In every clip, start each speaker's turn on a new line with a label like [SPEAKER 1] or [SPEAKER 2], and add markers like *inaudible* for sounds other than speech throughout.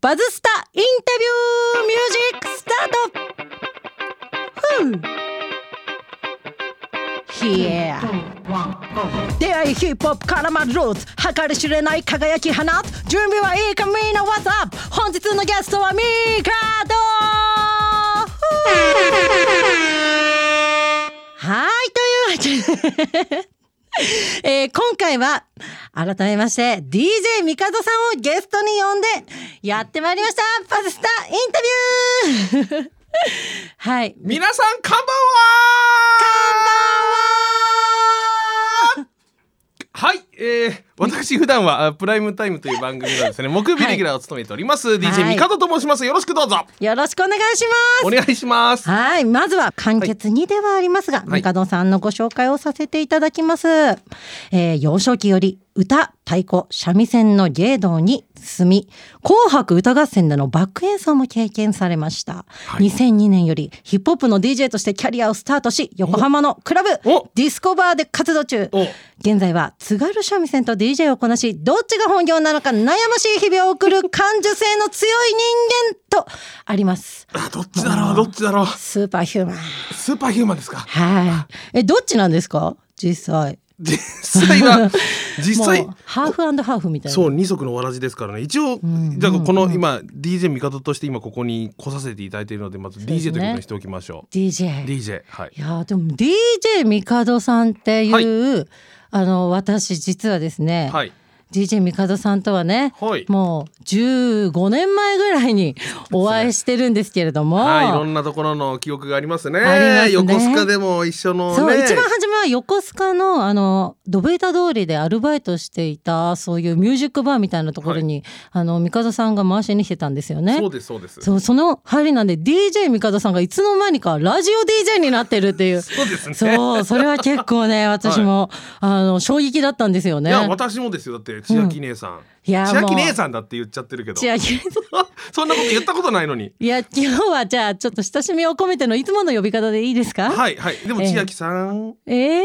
[SPEAKER 1] バズスタインタビューミュージックスタートふう Yeah. 出会いヒップホップからまるルーツ計り知れない輝き放つ準備はいいかみんな What's up 本日のゲストはミカドはいというわけでえー今回は改めまして DJ ミカドさんをゲストに呼んでやってまいりましたパズスタインタビュー *laughs* はい
[SPEAKER 2] 皆さんこんば
[SPEAKER 1] こん
[SPEAKER 2] ん
[SPEAKER 1] ばんは
[SPEAKER 2] *laughs* ははい、えー、私普段はあプライムタイムという番組の *laughs* ですね木曜日レギュラーを務めております、
[SPEAKER 1] は
[SPEAKER 2] DJ
[SPEAKER 1] い
[SPEAKER 2] ミカドと申しますよろしくどうぞ
[SPEAKER 1] よろしくお願いし
[SPEAKER 2] お
[SPEAKER 1] ます
[SPEAKER 2] 願いします
[SPEAKER 1] はいまずは簡潔にではありますが、
[SPEAKER 2] はい
[SPEAKER 1] ミカドさんのご紹介をさせていただきます、えー幼少期より歌太鼓三味線の芸道に進み紅白歌合戦でのバック演奏も経験されました、
[SPEAKER 2] い
[SPEAKER 1] 2002年よりヒップホップの DJ としてキャリアをスタートし横浜のクラブ
[SPEAKER 2] お
[SPEAKER 1] ディスコバーで活動中
[SPEAKER 2] お
[SPEAKER 1] 現在は津軽三味線と DJ をこなしどっちが本業なのか悩ましい日々を送る感受性の強い人間とあります
[SPEAKER 2] あどっちだろうどっちだろう
[SPEAKER 1] スーパーヒューマン
[SPEAKER 2] スーパーヒューマンですか
[SPEAKER 1] はいえどっちなんですか実際
[SPEAKER 2] 実際 *laughs* は実際
[SPEAKER 1] もうハーフハーフみたいな
[SPEAKER 2] そう二足のわらじですからね一応、じゃあこの今 DJ ミカドとして今ここに来させていただいているのでまず
[SPEAKER 1] うですね
[SPEAKER 2] DJ ということにしておきましょう、
[SPEAKER 1] DJ
[SPEAKER 2] DJ はい
[SPEAKER 1] いやーでも DJ ミカドさんっていう、あの私実はですね、
[SPEAKER 2] はい
[SPEAKER 1] DJ ミカドさんとはね、
[SPEAKER 2] はい
[SPEAKER 1] もう15年前ぐらいにお会いしてるんですけれども、
[SPEAKER 2] はい、いろんなところの記憶がありますね。
[SPEAKER 1] ありますね
[SPEAKER 2] 横須賀でも一緒のね。
[SPEAKER 1] そう一番初めは横須賀のあのドベータ通りでアルバイトしていたそういうミュージックバーみたいなところに、あのミカドさんが回しに来てたんですよね。
[SPEAKER 2] そうですそうです。
[SPEAKER 1] そうその入りなんで DJ ミカドさんがいつの間にかラジオ DJ になってるっていう。
[SPEAKER 2] そうですね。
[SPEAKER 1] そうそれは結構ね
[SPEAKER 2] *laughs*
[SPEAKER 1] 私も、あの衝撃だったんですよね。
[SPEAKER 2] いや私もですよだって千秋姉さん、
[SPEAKER 1] いや
[SPEAKER 2] 千秋姉
[SPEAKER 1] ん
[SPEAKER 2] さんだって言っちゃってるけど
[SPEAKER 1] 千秋
[SPEAKER 2] *laughs* そんなこと言ったことないのに
[SPEAKER 1] いや今日はじゃあちょっと親しみを込めてのいつもの呼び方でいいですか、
[SPEAKER 2] はいはいでも
[SPEAKER 1] ええ
[SPEAKER 2] 千秋さん、
[SPEAKER 1] えー、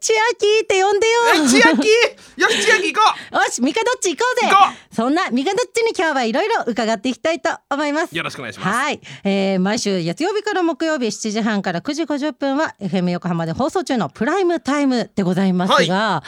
[SPEAKER 1] 千秋って呼んでよ
[SPEAKER 2] え千秋よし千秋行こ
[SPEAKER 1] よし、ミカドッチ行こうぜ
[SPEAKER 2] 行こ
[SPEAKER 1] そんなミカドッチに今日はいろいろ伺っていきたいと思います
[SPEAKER 2] う。よろしくお願いします
[SPEAKER 1] はい、えー毎週月曜日から木曜日7時半から9時50分は FM 横浜で放送中のプライムタイムでございますが、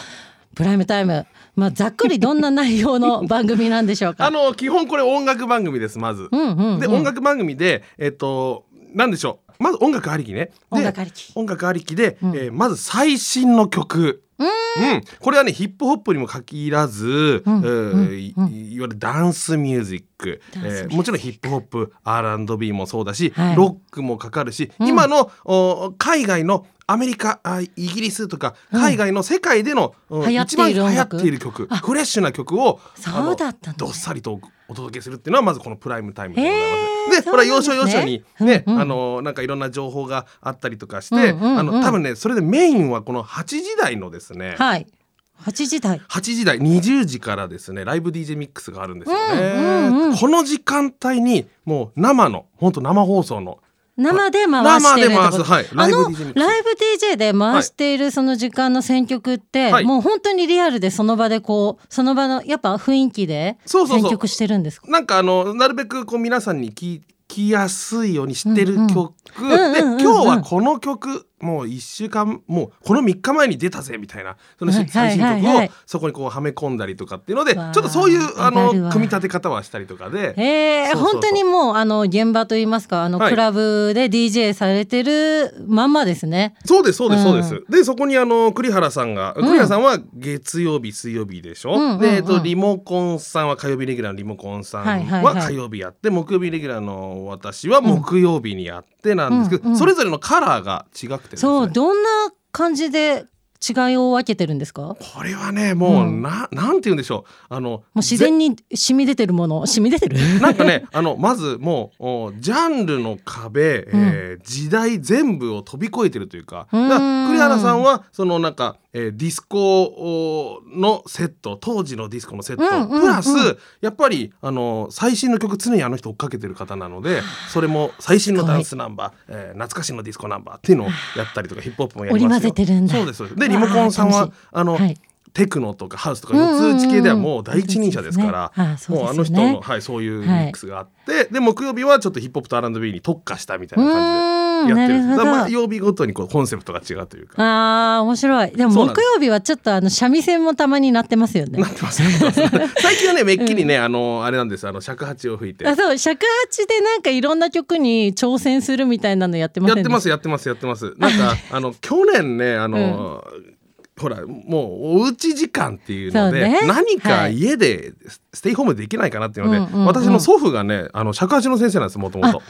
[SPEAKER 1] プライムタイム、まあ、ざっくりどんな内容の番組なんでしょう
[SPEAKER 2] あ
[SPEAKER 1] か。
[SPEAKER 2] の基本これ音楽番組ですまず、
[SPEAKER 1] うんうんうん
[SPEAKER 2] で音楽番組でえっ、となんでしょうまず音楽ありきねで
[SPEAKER 1] 音楽ありき
[SPEAKER 2] 音楽ありきで、えーまず最新の曲うん、これはねヒップホップにも限らず、
[SPEAKER 1] ん
[SPEAKER 2] えーいいわゆるダンスミュージック
[SPEAKER 1] ダンスミュージック
[SPEAKER 2] えーもちろんヒップホップ R&B もそうだし、
[SPEAKER 1] はい
[SPEAKER 2] ロックもかかるし、今のお海外のアメリカあイギリスとか海外の世界での、うん
[SPEAKER 1] 流行って
[SPEAKER 2] 一
[SPEAKER 1] いる
[SPEAKER 2] 番流
[SPEAKER 1] 音
[SPEAKER 2] 行っ
[SPEAKER 1] 楽
[SPEAKER 2] ている曲フレッシュな曲をあ
[SPEAKER 1] そ
[SPEAKER 2] の
[SPEAKER 1] うだったんだ
[SPEAKER 2] どっさりとお届けするっていうのはまずこのプライムタイムでございます。
[SPEAKER 1] へー
[SPEAKER 2] でこれは要所要所に
[SPEAKER 1] そうなんですね
[SPEAKER 2] ね
[SPEAKER 1] うんうん
[SPEAKER 2] あのなんかいろんな情報があったりとかして、
[SPEAKER 1] うんうんうん
[SPEAKER 2] あの多分ねそれでメインはこの8時台のですね、
[SPEAKER 1] はい、8時台。
[SPEAKER 2] 8時台20時からですねライブ DJ ミックスがあるんですよ
[SPEAKER 1] う
[SPEAKER 2] ね、
[SPEAKER 1] んうんうん
[SPEAKER 2] この時間帯にもう生の本当生放送の
[SPEAKER 1] 生で回してるってこと
[SPEAKER 2] 生で回すは
[SPEAKER 1] あ
[SPEAKER 2] い
[SPEAKER 1] の
[SPEAKER 2] ライブ DJ ミックス
[SPEAKER 1] ライブ DJ で回しているその時間の選曲って、
[SPEAKER 2] はい
[SPEAKER 1] もう本当にリアルでその場でこうその場のやっぱ雰囲気で
[SPEAKER 2] そうそうそう
[SPEAKER 1] 選曲してるんですか
[SPEAKER 2] なんかあのなるべくこう皆さんに聞きやすいようにしてる
[SPEAKER 1] ん
[SPEAKER 2] 曲、で
[SPEAKER 1] うんうんうん
[SPEAKER 2] 今日はこの曲もう1週間もうこの3日前に出たぜみたいなその
[SPEAKER 1] はい
[SPEAKER 2] 最新
[SPEAKER 1] はい
[SPEAKER 2] 曲
[SPEAKER 1] は
[SPEAKER 2] を
[SPEAKER 1] い
[SPEAKER 2] そこにこうはめ込んだりとかっていうのでちょ
[SPEAKER 1] わ
[SPEAKER 2] っ
[SPEAKER 1] あ
[SPEAKER 2] とそういうあの
[SPEAKER 1] わかるわ
[SPEAKER 2] 組み立て方はしたりとかで。
[SPEAKER 1] えー、
[SPEAKER 2] そうそうそう
[SPEAKER 1] 本当にもうあの現場といいますかあの
[SPEAKER 2] はい
[SPEAKER 1] クラブで DJ されてるまんまですね。
[SPEAKER 2] そうですそうですそうです。
[SPEAKER 1] う
[SPEAKER 2] でそこにあの栗原さんが栗原さんは月曜日水曜日でしょ。
[SPEAKER 1] うんうんうん
[SPEAKER 2] でえっとリモコンさんは火曜日レギュラーのリモコンさん
[SPEAKER 1] はいはいは
[SPEAKER 2] はい火曜日やって、木曜日レギュラーの私は木曜日にやってなんですけど、
[SPEAKER 1] うんうんうん
[SPEAKER 2] それぞれのカラーが違くてですね。
[SPEAKER 1] そうどんな感じで違いを分けてるんですかも
[SPEAKER 2] これはねもう、
[SPEAKER 1] うん
[SPEAKER 2] ななんて言うんでしょうあの
[SPEAKER 1] う自然に染み出てるも
[SPEAKER 2] *laughs*
[SPEAKER 1] の染み出てる
[SPEAKER 2] ぜなんかねあのまずもうおジャンルの壁、えー時代全部を飛び越えてるというか
[SPEAKER 1] うーん
[SPEAKER 2] だから栗原さんはそのなんか、えーディスコおのセット当時のディスコのセット、
[SPEAKER 1] うんうんうん
[SPEAKER 2] プラスやっぱりあの最新の曲常にあの人追っかけてる方なのでそれも最新のダンスナンバー、えー懐かしのディスコナンバーっていうのをやったりとかヒップホップもやりますよ
[SPEAKER 1] 織り交ぜてるんだ
[SPEAKER 2] そうですそうですでリモコンさん
[SPEAKER 1] わあ
[SPEAKER 2] は
[SPEAKER 1] 楽しい
[SPEAKER 2] あの、
[SPEAKER 1] はい
[SPEAKER 2] テクノとかハウスとか四つ打ち系ではもう第一人者ですから、
[SPEAKER 1] うんうんうん四つ打ちですね
[SPEAKER 2] もう
[SPEAKER 1] あそ
[SPEAKER 2] あの
[SPEAKER 1] うですよ
[SPEAKER 2] 人
[SPEAKER 1] ね
[SPEAKER 2] の、はい、そういうミックスがあって、で木曜日はちょっとヒップホップと R&B に特化したみたいな感
[SPEAKER 1] うー
[SPEAKER 2] じ
[SPEAKER 1] ん
[SPEAKER 2] でやってるんで
[SPEAKER 1] な
[SPEAKER 2] す
[SPEAKER 1] るほ
[SPEAKER 2] だか
[SPEAKER 1] ど
[SPEAKER 2] らまあ曜日ごとにこうコンセプトが違うというか。
[SPEAKER 1] あー面白いでも
[SPEAKER 2] そうなん
[SPEAKER 1] 木
[SPEAKER 2] です
[SPEAKER 1] 曜日はちょっとあの三味線もたまになってますよね
[SPEAKER 2] なってますなってます最近はねめっきりね、あのあれなんですあの尺八を吹いて
[SPEAKER 1] あそう尺八でなんかいろんな曲に挑戦するみたいなのやってま
[SPEAKER 2] や
[SPEAKER 1] せん
[SPEAKER 2] っ
[SPEAKER 1] で
[SPEAKER 2] て
[SPEAKER 1] した
[SPEAKER 2] ますやってますやってますなんか
[SPEAKER 1] *laughs*
[SPEAKER 2] あの去年ねあの、ほらもうおうち時間っていうので
[SPEAKER 1] そうね
[SPEAKER 2] 何
[SPEAKER 1] は
[SPEAKER 2] か
[SPEAKER 1] い
[SPEAKER 2] 家でスステイホームできないかなっていうので、
[SPEAKER 1] うんうんうん
[SPEAKER 2] 私の祖父がねあの尺八の先生なんですもともと。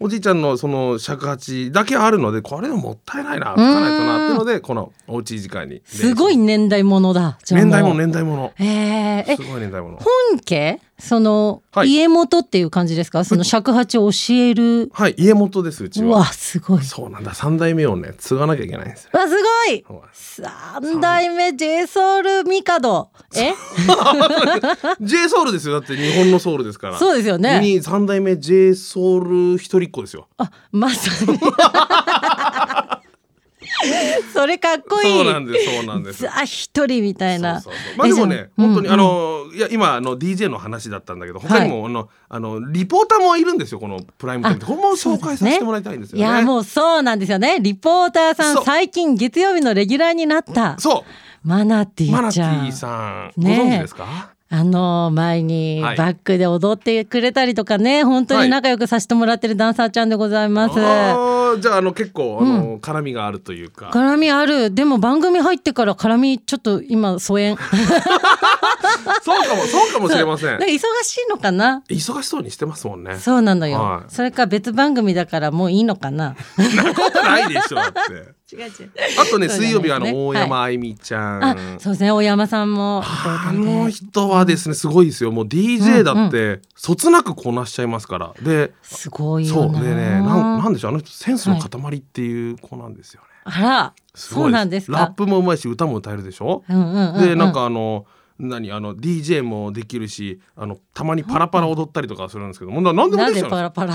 [SPEAKER 2] おじいちゃんのその尺八だけあるのでこれはもったいないな吹かないとなってのでこのおうち時間に練習
[SPEAKER 1] すごい年代ものだじゃあ
[SPEAKER 2] 年代物
[SPEAKER 1] う
[SPEAKER 2] 年代物
[SPEAKER 1] えーえ
[SPEAKER 2] すごい年代物
[SPEAKER 1] 本家その、
[SPEAKER 2] はい
[SPEAKER 1] 家元っていう感じですかその尺八を教える
[SPEAKER 2] はい家元ですうち
[SPEAKER 1] う
[SPEAKER 2] は
[SPEAKER 1] わすごいわす
[SPEAKER 2] そうなんだ三代目をね継がなきゃいけないんですよ
[SPEAKER 1] ごい
[SPEAKER 2] そうなんです
[SPEAKER 1] 三代目 j ソウルミカドえ
[SPEAKER 2] J ソウルですよだって日本のソウルですから
[SPEAKER 1] そうですよね
[SPEAKER 2] に三代目 J ソウル一人っ子ですよ。
[SPEAKER 1] あまさに *laughs* それかっこいい
[SPEAKER 2] そうなんですそうなん
[SPEAKER 1] *laughs*
[SPEAKER 2] です。
[SPEAKER 1] あ一人みたいな
[SPEAKER 2] そうそうそうまあでもね本当にあ、のいや今あの DJ の話だったんだけど他にもあのあのリポーターもいるんですよこのプライムタイムってこれも紹介させてもらいたいんですよ
[SPEAKER 1] いや
[SPEAKER 2] ね。
[SPEAKER 1] もうそうなんですよねリポーターさ
[SPEAKER 2] そ
[SPEAKER 1] ん
[SPEAKER 2] う
[SPEAKER 1] 最近月曜日のレギュラーになった
[SPEAKER 2] そ
[SPEAKER 1] マナティ
[SPEAKER 2] うマナ
[SPEAKER 1] ー
[SPEAKER 2] テ
[SPEAKER 1] ちゃん
[SPEAKER 2] ィーさんご
[SPEAKER 1] ね
[SPEAKER 2] 存知ですか？
[SPEAKER 1] あの前に
[SPEAKER 2] はい
[SPEAKER 1] バックで踊ってくれたりとかね本当に仲良くさせてもらってるダンサーちゃんでございます、
[SPEAKER 2] あーじゃああの結構あの絡みがあるというか。
[SPEAKER 1] 絡みあるでも番組入ってから絡みちょっと今疎
[SPEAKER 2] *laughs*
[SPEAKER 1] 遠
[SPEAKER 2] そうかもそうかもしれませ
[SPEAKER 1] なん
[SPEAKER 2] ん
[SPEAKER 1] か。忙しいのかな
[SPEAKER 2] 忙しそうにしてますもんね。
[SPEAKER 1] そうなのよ、
[SPEAKER 2] はい
[SPEAKER 1] それか別番組だからもういいのかな
[SPEAKER 2] そんなことないでしょだって。
[SPEAKER 1] 違う違う
[SPEAKER 2] あと
[SPEAKER 1] そうじゃないで
[SPEAKER 2] ね
[SPEAKER 1] すね
[SPEAKER 2] 水曜日はあの大山
[SPEAKER 1] は
[SPEAKER 2] あゆみちゃん。
[SPEAKER 1] あそうですね大山さんも
[SPEAKER 2] あの人はですねすごいですよもう DJ だってそつなくこなしちゃいますからで、
[SPEAKER 1] すごい
[SPEAKER 2] そ
[SPEAKER 1] よ
[SPEAKER 2] う
[SPEAKER 1] な
[SPEAKER 2] でねなんなんでしょうあの人センスの塊っていう子なんですよね、
[SPEAKER 1] あら
[SPEAKER 2] す
[SPEAKER 1] そ
[SPEAKER 2] ご
[SPEAKER 1] う
[SPEAKER 2] いです
[SPEAKER 1] なんですか
[SPEAKER 2] ラップもうまいし歌も歌えるでしょ、
[SPEAKER 1] うんうんうんうん
[SPEAKER 2] でなんかあの何あの DJ もできるしあのたまにパラパラ踊ったりとかするんですけどもうな何でも
[SPEAKER 1] な
[SPEAKER 2] で
[SPEAKER 1] ん
[SPEAKER 2] き
[SPEAKER 1] で
[SPEAKER 2] ちゃう
[SPEAKER 1] パ
[SPEAKER 2] んですよ
[SPEAKER 1] ラパラ *laughs*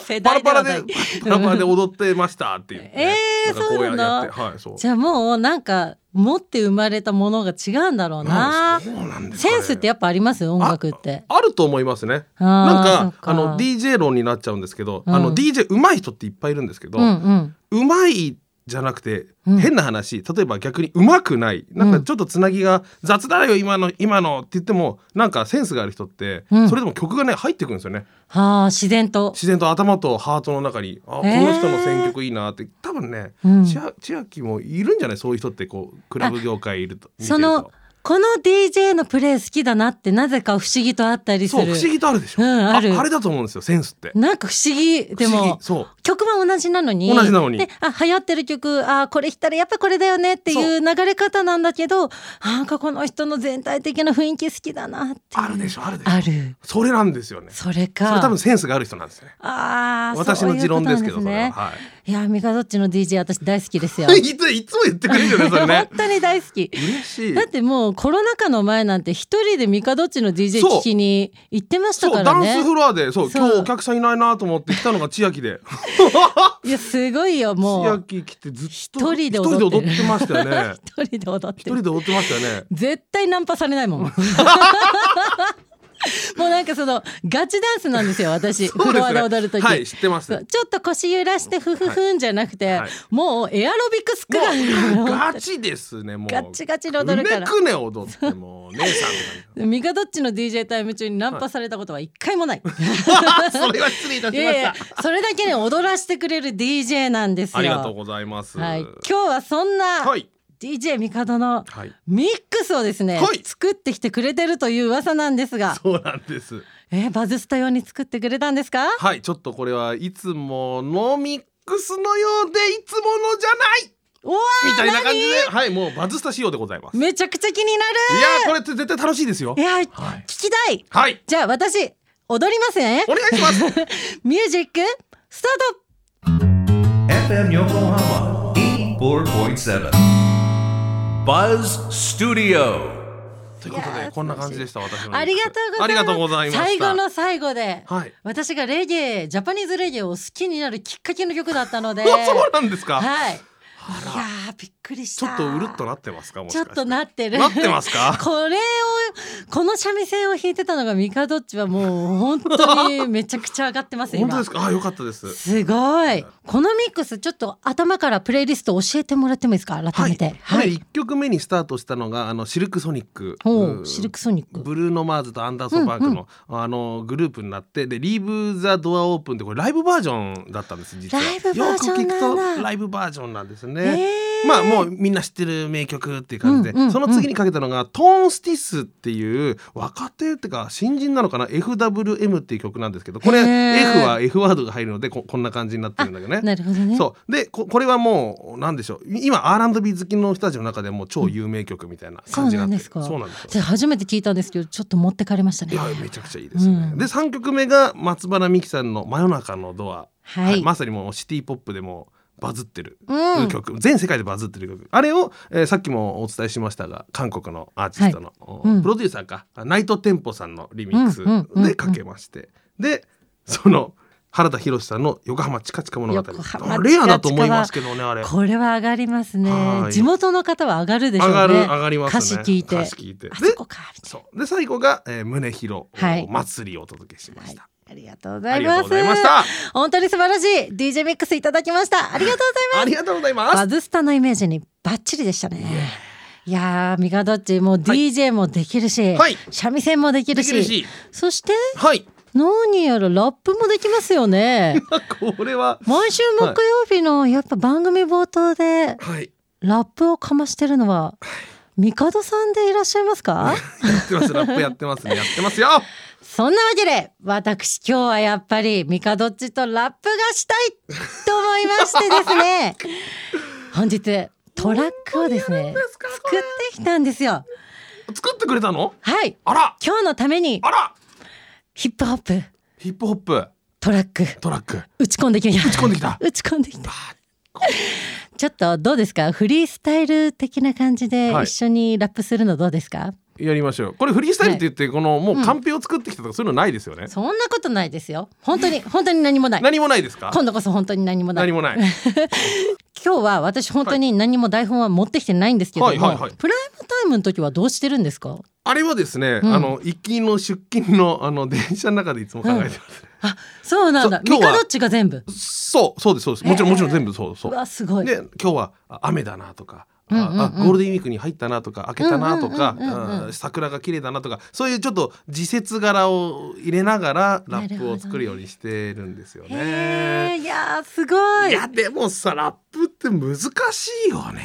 [SPEAKER 1] 世
[SPEAKER 2] パラ
[SPEAKER 1] 代で
[SPEAKER 2] パ
[SPEAKER 1] は
[SPEAKER 2] ラ
[SPEAKER 1] ない
[SPEAKER 2] でパラパラで踊ってましたって言って、
[SPEAKER 1] *laughs* えー
[SPEAKER 2] なんかこ
[SPEAKER 1] そう
[SPEAKER 2] うや
[SPEAKER 1] な
[SPEAKER 2] っ
[SPEAKER 1] の
[SPEAKER 2] てはいそう
[SPEAKER 1] じゃあもうなんか持って生まれたものが違うんだろうな
[SPEAKER 2] そうなんですかね
[SPEAKER 1] センスってやっぱあります音楽って
[SPEAKER 2] あると思いますね
[SPEAKER 1] あー
[SPEAKER 2] なん
[SPEAKER 1] そ
[SPEAKER 2] か
[SPEAKER 1] っ
[SPEAKER 2] あの DJ 論になっちゃうんですけど、
[SPEAKER 1] うん
[SPEAKER 2] あの DJ 上手い人っていっぱいいるんですけど、
[SPEAKER 1] う
[SPEAKER 2] 上
[SPEAKER 1] んうん
[SPEAKER 2] 手うまいじゃなくて、
[SPEAKER 1] うん
[SPEAKER 2] 変な話例えば逆にうまくないなんかちょっとつなぎが雑だよ今の今のって言ってもなんかセンスがある人って、
[SPEAKER 1] うん
[SPEAKER 2] それでも曲がね入ってくるんですよね
[SPEAKER 1] はあ自然と
[SPEAKER 2] 自然と頭とハートの中にあこ
[SPEAKER 1] えー
[SPEAKER 2] の人の選曲いいなって多分ね、
[SPEAKER 1] うん
[SPEAKER 2] 千秋千秋もいるんじゃないそういう人ってこうクラブ業界いると見て
[SPEAKER 1] そ
[SPEAKER 2] る
[SPEAKER 1] の
[SPEAKER 2] と
[SPEAKER 1] この DJ のプレイ好きだなってなぜか不思議とあったりす
[SPEAKER 2] そう
[SPEAKER 1] る
[SPEAKER 2] 不思議とあるでしょ、
[SPEAKER 1] うんある
[SPEAKER 2] あれだと思うんですよセンスって。
[SPEAKER 1] なんか不思議で
[SPEAKER 2] 不思
[SPEAKER 1] も
[SPEAKER 2] 議そう
[SPEAKER 1] 曲は同じなのに
[SPEAKER 2] 同じなのに
[SPEAKER 1] であ流行ってる曲あこれ弾いたらやっぱこれだよねっていう流れ方なんだけどあなんかこの人の全体的な雰囲気好きだなっていう
[SPEAKER 2] あるでしょあるでしょ
[SPEAKER 1] ある
[SPEAKER 2] それなんですよね。
[SPEAKER 1] それか
[SPEAKER 2] それ多分センスがある人なんですね。
[SPEAKER 1] あー
[SPEAKER 2] 私の持論ですけど、
[SPEAKER 1] そういうこと
[SPEAKER 2] それ
[SPEAKER 1] な
[SPEAKER 2] は。
[SPEAKER 1] んですね
[SPEAKER 2] はい
[SPEAKER 1] やミカドッチの DJ 私大好きですよ
[SPEAKER 2] *laughs* い。いつ、いつも言ってくれるよね、それ
[SPEAKER 1] 本
[SPEAKER 2] ね。
[SPEAKER 1] 当に大好き
[SPEAKER 2] 嬉しい
[SPEAKER 1] だ。ってもうコロナ禍の前なんて一人でミカドッチの DJ
[SPEAKER 2] そう
[SPEAKER 1] 聞きに行ってました
[SPEAKER 2] そ
[SPEAKER 1] か
[SPEAKER 2] う、ダ
[SPEAKER 1] ら
[SPEAKER 2] ン
[SPEAKER 1] ね
[SPEAKER 2] スフロアで、そう、
[SPEAKER 1] そう
[SPEAKER 2] 今日お客さんいないなと思って来たのが千秋で。
[SPEAKER 1] いやすごいよも
[SPEAKER 2] 千
[SPEAKER 1] う
[SPEAKER 2] 秋来てずっと。
[SPEAKER 1] 一人で踊ってる。
[SPEAKER 2] 一人で踊ってましたよね
[SPEAKER 1] 一人で踊って
[SPEAKER 2] 一
[SPEAKER 1] る
[SPEAKER 2] 人で踊ってましたよね。
[SPEAKER 1] 絶対ナンパされないもんも *laughs* うなんかそのガチダンスなんですよ私
[SPEAKER 2] そう
[SPEAKER 1] フ
[SPEAKER 2] で
[SPEAKER 1] ロア
[SPEAKER 2] す
[SPEAKER 1] で
[SPEAKER 2] ね
[SPEAKER 1] 踊る時、
[SPEAKER 2] はい、知ってます。
[SPEAKER 1] そ
[SPEAKER 2] も
[SPEAKER 1] うちょっと腰揺らしてフフフンじゃなくて、
[SPEAKER 2] はい
[SPEAKER 1] もうエアロビクスク
[SPEAKER 2] う
[SPEAKER 1] が
[SPEAKER 2] ガチですね、もう。
[SPEAKER 1] ガチガチで踊るから
[SPEAKER 2] くねくね踊って、もう、姉さんみたいな。
[SPEAKER 1] ミカドッチの DJ タイム中にナンパされたことは一回もない。
[SPEAKER 2] *laughs* それは失礼いた
[SPEAKER 1] い
[SPEAKER 2] しま
[SPEAKER 1] やい
[SPEAKER 2] し
[SPEAKER 1] や
[SPEAKER 2] た。
[SPEAKER 1] それだけね踊らせてくれる DJ なんですよ。
[SPEAKER 2] ありがとうございます。
[SPEAKER 1] はい、今
[SPEAKER 2] は。
[SPEAKER 1] 日はそんない DJ ミカドの
[SPEAKER 2] はい。
[SPEAKER 1] ミックスをですね、
[SPEAKER 2] はい
[SPEAKER 1] 作ってきてくれてるという噂なんですが、
[SPEAKER 2] *laughs* そうなんです。
[SPEAKER 1] えーバズスタ用に作ってくれたんですか？
[SPEAKER 2] はい、ちょっとこれはいつものミックスのようでいつものじゃない
[SPEAKER 1] おわ
[SPEAKER 2] みたいな感じで、はい、もうバズした仕様でございます。いや
[SPEAKER 1] めちゃくちゃ気にな
[SPEAKER 2] ー、これって絶対楽しいですよ
[SPEAKER 1] る。い。や、
[SPEAKER 2] はい。
[SPEAKER 1] 聞きたい。
[SPEAKER 2] はい、
[SPEAKER 1] じゃあ私踊りますね
[SPEAKER 2] お。願いします。
[SPEAKER 1] *laughs* ミュージックスタート。
[SPEAKER 3] FM Yokohama E 84.7 Buzz Studio
[SPEAKER 2] ということ
[SPEAKER 1] いやー
[SPEAKER 2] で、こんな感じでした、私のミックス。
[SPEAKER 1] ありがとうございます。
[SPEAKER 2] ありがとうございました。
[SPEAKER 1] 最後の最後で、
[SPEAKER 2] はい
[SPEAKER 1] 私がレゲエ、ジャパニーズレゲエを好きになるきっかけの曲だったので、
[SPEAKER 2] あそうなんですか。
[SPEAKER 1] はい。いやーびっくりし
[SPEAKER 2] ちょ
[SPEAKER 1] た
[SPEAKER 2] っとうるっとなってますかもし
[SPEAKER 1] ち
[SPEAKER 2] か
[SPEAKER 1] ょ
[SPEAKER 2] し
[SPEAKER 1] ってとなってる
[SPEAKER 2] なってますか
[SPEAKER 1] *laughs* これをこの三味線を弾いてたのがミカドッチはもう本当にめちゃくちゃ上がってます
[SPEAKER 2] 本
[SPEAKER 1] 今
[SPEAKER 2] 当ですかあよかったです
[SPEAKER 1] すごいこのミックスちょっと頭からプレイリスト教えてもらってもいいですか改めて
[SPEAKER 2] はい、1曲目にスタートしたのがあのシルクソニック
[SPEAKER 1] ほ
[SPEAKER 2] う
[SPEAKER 1] うんシルクソニック
[SPEAKER 2] ブルーノ・マーズとアンダーソン・パークの,、あのグループになってで「Leave the Door Open」ってこれライブバージョンだったんです実は
[SPEAKER 1] ライブバージョンなんだ
[SPEAKER 2] よく聞くとライブバージョンなんですね、
[SPEAKER 1] えー
[SPEAKER 2] まあもうみんな知ってる名曲っていう感じで、
[SPEAKER 1] うんうんうん
[SPEAKER 2] その次にかけたのがトーン・スティスっていう若手っていうか新人なのかな FWM っていう曲なんですけどこれ
[SPEAKER 1] へー
[SPEAKER 2] F は F ワードが入るのでここんな感じになってるんだけどね。
[SPEAKER 1] なるほどね
[SPEAKER 2] そうでここれはもうなんでしょう今 R&B 好きの人たちの中でも超有名曲みたいな
[SPEAKER 1] そう
[SPEAKER 2] 感じに
[SPEAKER 1] な
[SPEAKER 2] な
[SPEAKER 1] んで
[SPEAKER 2] ってる
[SPEAKER 1] すか
[SPEAKER 2] そうなんですよ
[SPEAKER 1] じゃあ初めて聞いたんですけどちょっと持ってかれました
[SPEAKER 2] い
[SPEAKER 1] ね
[SPEAKER 2] やめちゃくちゃいいですね、
[SPEAKER 1] うん
[SPEAKER 2] で3曲目が松原美樹さんの「真夜中のドア」
[SPEAKER 1] はい
[SPEAKER 2] まさにもうシティ・ポップでもバズってる
[SPEAKER 1] うん
[SPEAKER 2] 曲、全世界でバズってる曲あれを、えーさっきもお伝えしましたが韓国のアーティストの、お
[SPEAKER 1] うん
[SPEAKER 2] プロデューサーかナイト・テンポさんのリミックス
[SPEAKER 1] うんうんうんうん
[SPEAKER 2] でかけまして、でその原田博さんの「横浜チカチカ物語」
[SPEAKER 1] 横浜
[SPEAKER 2] あレアだと思いますけどねあれ。
[SPEAKER 1] これは上がりますね
[SPEAKER 2] はい
[SPEAKER 1] 地元の方は上がるでしょうね
[SPEAKER 2] 上がる上がりますね
[SPEAKER 1] 歌詞聞いて
[SPEAKER 2] 歌詞聞いて
[SPEAKER 1] あ
[SPEAKER 2] で
[SPEAKER 1] そこかみたい
[SPEAKER 2] そうで最後が、えー、胸広
[SPEAKER 1] はい
[SPEAKER 2] 祭りをお届けしま
[SPEAKER 1] なは
[SPEAKER 2] し
[SPEAKER 1] い
[SPEAKER 2] た、
[SPEAKER 1] ありがとうござ
[SPEAKER 2] あ
[SPEAKER 1] い
[SPEAKER 2] りが
[SPEAKER 1] ま
[SPEAKER 2] とう
[SPEAKER 1] す
[SPEAKER 2] ございました
[SPEAKER 1] 本当に素晴らしい DJ ミックスいただきましたありがとうございます
[SPEAKER 2] ありがとうございます
[SPEAKER 1] バズスタのイメージにバッチリでしたね。いやーミカドッチもう DJ もできるし、
[SPEAKER 2] はい
[SPEAKER 1] 三味線もできるし
[SPEAKER 2] できるし
[SPEAKER 1] そして
[SPEAKER 2] はい。
[SPEAKER 1] 何やらラップもできますよ
[SPEAKER 2] *laughs*
[SPEAKER 1] ね
[SPEAKER 2] これは。
[SPEAKER 1] 毎週木曜日のやっぱ番組冒頭で
[SPEAKER 2] はい。
[SPEAKER 1] ラップをかましてるのはミカドさんでいらっしゃいますか
[SPEAKER 2] やってます。ラップやってますね。やってますよ。
[SPEAKER 1] そんなわけで私今日はやっぱりミカドッチとラップがしたいと思いましてです
[SPEAKER 2] *laughs*
[SPEAKER 1] ね本日トラックをですね
[SPEAKER 2] ですかこ
[SPEAKER 1] 作
[SPEAKER 2] れ
[SPEAKER 1] ってきたんですよ
[SPEAKER 2] 作ってくれたの？
[SPEAKER 1] はい
[SPEAKER 2] あら、
[SPEAKER 1] 今日のために
[SPEAKER 2] あら。
[SPEAKER 1] ヒップホップ
[SPEAKER 2] ヒップホップ
[SPEAKER 1] トラック
[SPEAKER 2] トラック
[SPEAKER 1] 打ち込んできました
[SPEAKER 2] 打ち込んできた
[SPEAKER 1] 打ち込んできた
[SPEAKER 2] あ
[SPEAKER 1] ちょっとどうですかフリースタイル的な感じで
[SPEAKER 2] はい
[SPEAKER 1] 一緒にラップするのどうですか、
[SPEAKER 2] やりましょう。これフリースタイルって言ってこのもうカンペを作ってきたとかそういうのないですよね。
[SPEAKER 1] そんなことないですよ本当に本当に何もない
[SPEAKER 2] 何もないですか？
[SPEAKER 1] 今度こそ本当に何もない
[SPEAKER 2] 何もない。
[SPEAKER 1] 今日は私本当に何も台本は持ってきてないんですけども、
[SPEAKER 2] はいはいはい
[SPEAKER 1] プライムタイムの時はどうしてるんですか
[SPEAKER 2] あれはですね、
[SPEAKER 1] うん
[SPEAKER 2] あの行きの出勤のあの電車の中でいつも考えてます。
[SPEAKER 1] あそうなんだ
[SPEAKER 2] そう今
[SPEAKER 1] ミ
[SPEAKER 2] 日は
[SPEAKER 1] カドッチが全部
[SPEAKER 2] そうそうですそうです。もちろん、
[SPEAKER 1] えー
[SPEAKER 2] もちろん全部そうそうう。
[SPEAKER 1] わすごい
[SPEAKER 2] で今日はあ雨だなとか。あ
[SPEAKER 1] うんうんうん
[SPEAKER 2] あゴールデンウィークに入ったなとか明けたなとか、
[SPEAKER 1] うんうんうんうんうん
[SPEAKER 2] あ桜が綺麗だなとかそういうちょっと時節柄を入れながらラップを作るようにしてるんですよ
[SPEAKER 1] へ
[SPEAKER 2] ね。
[SPEAKER 1] えいやーすごい
[SPEAKER 2] いやでもさラップって難しいよね。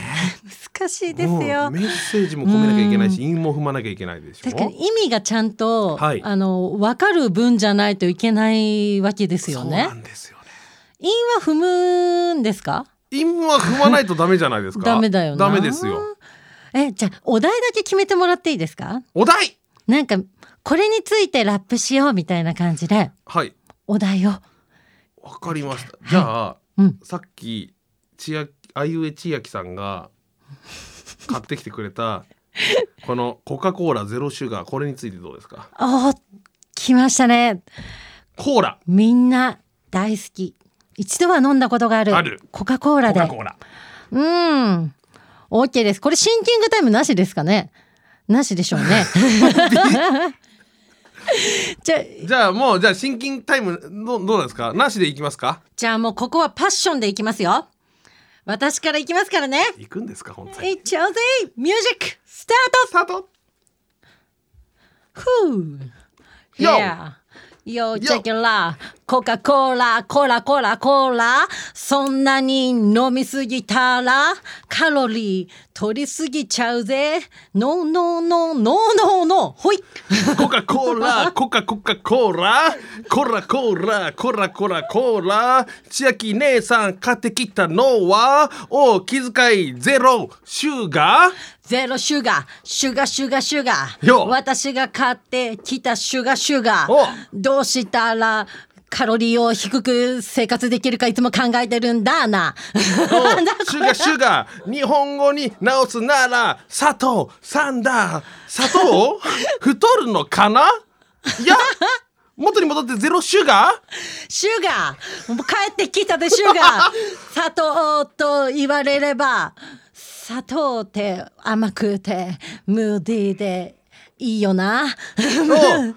[SPEAKER 1] 難しい *laughs* ですよ
[SPEAKER 2] うんメッセージも込めなきゃいけないし韻も踏まなきゃいけないでしょ。
[SPEAKER 1] 確かに意味がちゃんと、
[SPEAKER 2] はい
[SPEAKER 1] あの分かる分じゃないといけないわけですよ
[SPEAKER 2] そう
[SPEAKER 1] ね
[SPEAKER 2] な。んですよね。
[SPEAKER 1] 韻は踏むんですか？
[SPEAKER 2] 韻は踏まないとダメじゃないです
[SPEAKER 1] *laughs*
[SPEAKER 2] か。
[SPEAKER 1] ダメだよな。
[SPEAKER 2] ダメですよ。。
[SPEAKER 1] え、じゃあお題だけ決めてもらっていいですか？
[SPEAKER 2] お題
[SPEAKER 1] なんかこれについてラップしようみたいな感じで
[SPEAKER 2] はい
[SPEAKER 1] お題を。
[SPEAKER 2] わかりました。じゃあ、
[SPEAKER 1] うん。
[SPEAKER 2] さっき千秋あいうえ千秋さんが買ってきてくれ *laughs* たこのコカ・コーラゼロシュガーこれについてどうですか
[SPEAKER 1] おー来ましたね。
[SPEAKER 2] コーラ
[SPEAKER 1] みんな大好き。一度は飲んだことがある。
[SPEAKER 2] ある
[SPEAKER 1] コカコーラ
[SPEAKER 2] コ
[SPEAKER 1] で。
[SPEAKER 2] カ・コーラ
[SPEAKER 1] うん。OK です。これシンキングタイムなしですかねなしでしょうね。
[SPEAKER 2] *laughs*
[SPEAKER 1] じゃあ、
[SPEAKER 2] じゃあもうじゃあシンキングタイムどどうなんですかなしでいきますか
[SPEAKER 1] じゃあもうここはパッションでいきますよ。私からいきますからね。
[SPEAKER 2] 行くんですか本当に
[SPEAKER 1] いっちゃうぜミュージックスター
[SPEAKER 2] スタート
[SPEAKER 1] トふう
[SPEAKER 2] Yo
[SPEAKER 1] Yeah Yo, check it out. コカ・コーラ、コーラ、コーラ、コーラ。そんなに飲みすぎたら、カロリー取りすぎちゃうぜ。No, no, no, no, no, no. ほい。
[SPEAKER 2] コカ・コー *laughs* ラコカ・コカ・コーラコラコーラコラコラコーラ千秋姉さん買ってきたのはお気遣いゼロシュガー
[SPEAKER 1] ゼロシュガー、シュガシュガシュガ
[SPEAKER 2] よ
[SPEAKER 1] ー。私が買ってきたシュガシュガ
[SPEAKER 2] お
[SPEAKER 1] ー。どうしたらカロリーを低く生活できるかいつも考えてるんだな。なんだ
[SPEAKER 2] シュガーシュガー日本語に直すなら砂糖サンダー砂糖太るのかないや元に戻ってゼロシュガ
[SPEAKER 1] シュガーもう帰ってきたでシュガ
[SPEAKER 2] *laughs*
[SPEAKER 1] ー砂糖と言われれば砂糖って甘くてムーディーでいいよな *laughs*
[SPEAKER 2] ーの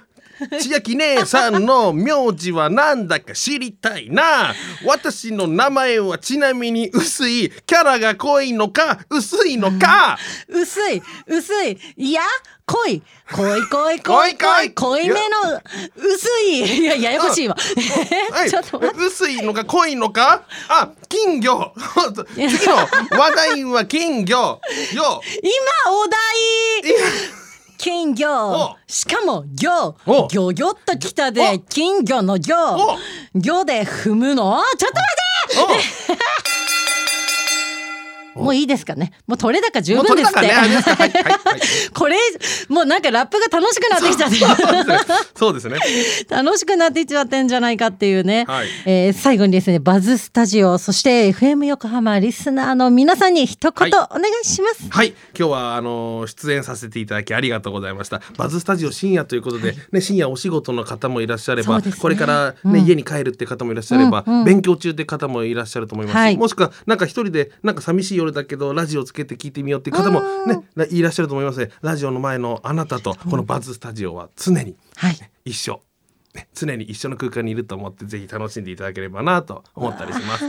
[SPEAKER 2] 千秋姉さんの名字はなんだか知りたいな私の名前はちなみに薄いキャラが濃いのか薄いのか
[SPEAKER 1] 薄い薄いいや濃い濃い濃い濃い濃
[SPEAKER 2] *laughs* 濃
[SPEAKER 1] い
[SPEAKER 2] い
[SPEAKER 1] 濃
[SPEAKER 2] 濃い
[SPEAKER 1] いめの薄いいやややこしいわ
[SPEAKER 2] *laughs* は
[SPEAKER 1] *laughs*
[SPEAKER 2] い
[SPEAKER 1] ちょっと待って
[SPEAKER 2] 薄いのか濃いのかあ金魚 *laughs* 次の話題は
[SPEAKER 1] *laughs*
[SPEAKER 2] 金魚よ
[SPEAKER 1] 今お題金魚
[SPEAKER 2] お
[SPEAKER 1] しかも魚
[SPEAKER 2] お
[SPEAKER 1] 魚魚っときた
[SPEAKER 2] お
[SPEAKER 1] で金魚の魚
[SPEAKER 2] お
[SPEAKER 1] 魚で踏むのちょっと待ってもういいですかねもう取れ高十
[SPEAKER 2] もう
[SPEAKER 1] 分
[SPEAKER 2] 取
[SPEAKER 1] で
[SPEAKER 2] れ
[SPEAKER 1] す
[SPEAKER 2] た
[SPEAKER 1] っ
[SPEAKER 2] か
[SPEAKER 1] て
[SPEAKER 2] らねあれですかはいはいはい
[SPEAKER 1] *laughs* これもうなんかラップが楽しくなってきちゃって
[SPEAKER 2] *laughs* そうですね
[SPEAKER 1] 楽しくなっていっちゃってんじゃないかっていうね、
[SPEAKER 2] はい
[SPEAKER 1] えー最後にですねバズスタジオそして FM 横浜リスナーの皆さんに一言お
[SPEAKER 2] は
[SPEAKER 1] 願いします、
[SPEAKER 2] はい今日はあのー出演させていただきありがとうございましたバズスタジオ深夜ということで、ね、深夜お仕事の方もいらっしゃれ
[SPEAKER 1] そ
[SPEAKER 2] ば、
[SPEAKER 1] うですね
[SPEAKER 2] これから、ね家に帰るって方もいらっしゃれば、
[SPEAKER 1] うんうん
[SPEAKER 2] 勉強中って方もいらっしゃると思いますし、
[SPEAKER 1] はい
[SPEAKER 2] もしくはなんか一人でなんか寂しい夜だけどラジオつけて聞いてみようっていう方も、ね、いらっしゃると思いますのでラジオの前のあなたとこのバズスタジオは常に
[SPEAKER 1] はい
[SPEAKER 2] 一緒ね常に一緒の空間にいると思ってぜひ楽しんでいただければなと思ったりします。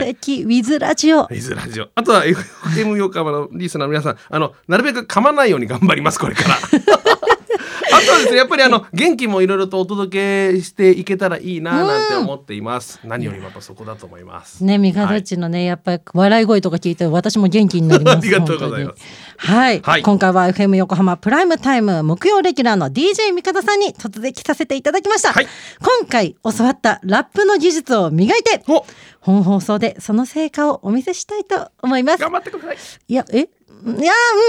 [SPEAKER 1] *laughs* 素
[SPEAKER 2] い
[SPEAKER 1] 敵、ウィズラジオ
[SPEAKER 2] リズラジオ。あとは FM 横浜のリスナーの皆さん、あの、なるべく噛まないように頑張ります、こ
[SPEAKER 1] *laughs*
[SPEAKER 2] れから。あとはですね、やっぱりあの、元気もいろいろとお届けしていけたらいいな、なんて思っています。何よりもやっぱそこだと思います。
[SPEAKER 1] ね、ミカドッチのね、やっぱり笑い声とか聞いて私も元気になります。
[SPEAKER 2] *laughs* ありがとうございま
[SPEAKER 1] 本
[SPEAKER 2] す
[SPEAKER 1] 当に。はい、
[SPEAKER 2] はい
[SPEAKER 1] 今回は FM 横浜プライムタイム木曜レギュラーの DJ ミカドさんに突撃させていただきました。
[SPEAKER 2] はい
[SPEAKER 1] 今回教わったラップの技術を磨いて、
[SPEAKER 2] お
[SPEAKER 1] 本放送でその成果をお見せしたいと思います。
[SPEAKER 2] 頑張ってください。
[SPEAKER 1] いや、えいや、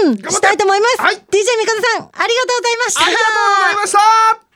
[SPEAKER 1] うん、
[SPEAKER 2] 張って
[SPEAKER 1] したいと思います。
[SPEAKER 2] はい
[SPEAKER 1] DJ ミカドさん、ありがとうございました。
[SPEAKER 2] ありがとうございました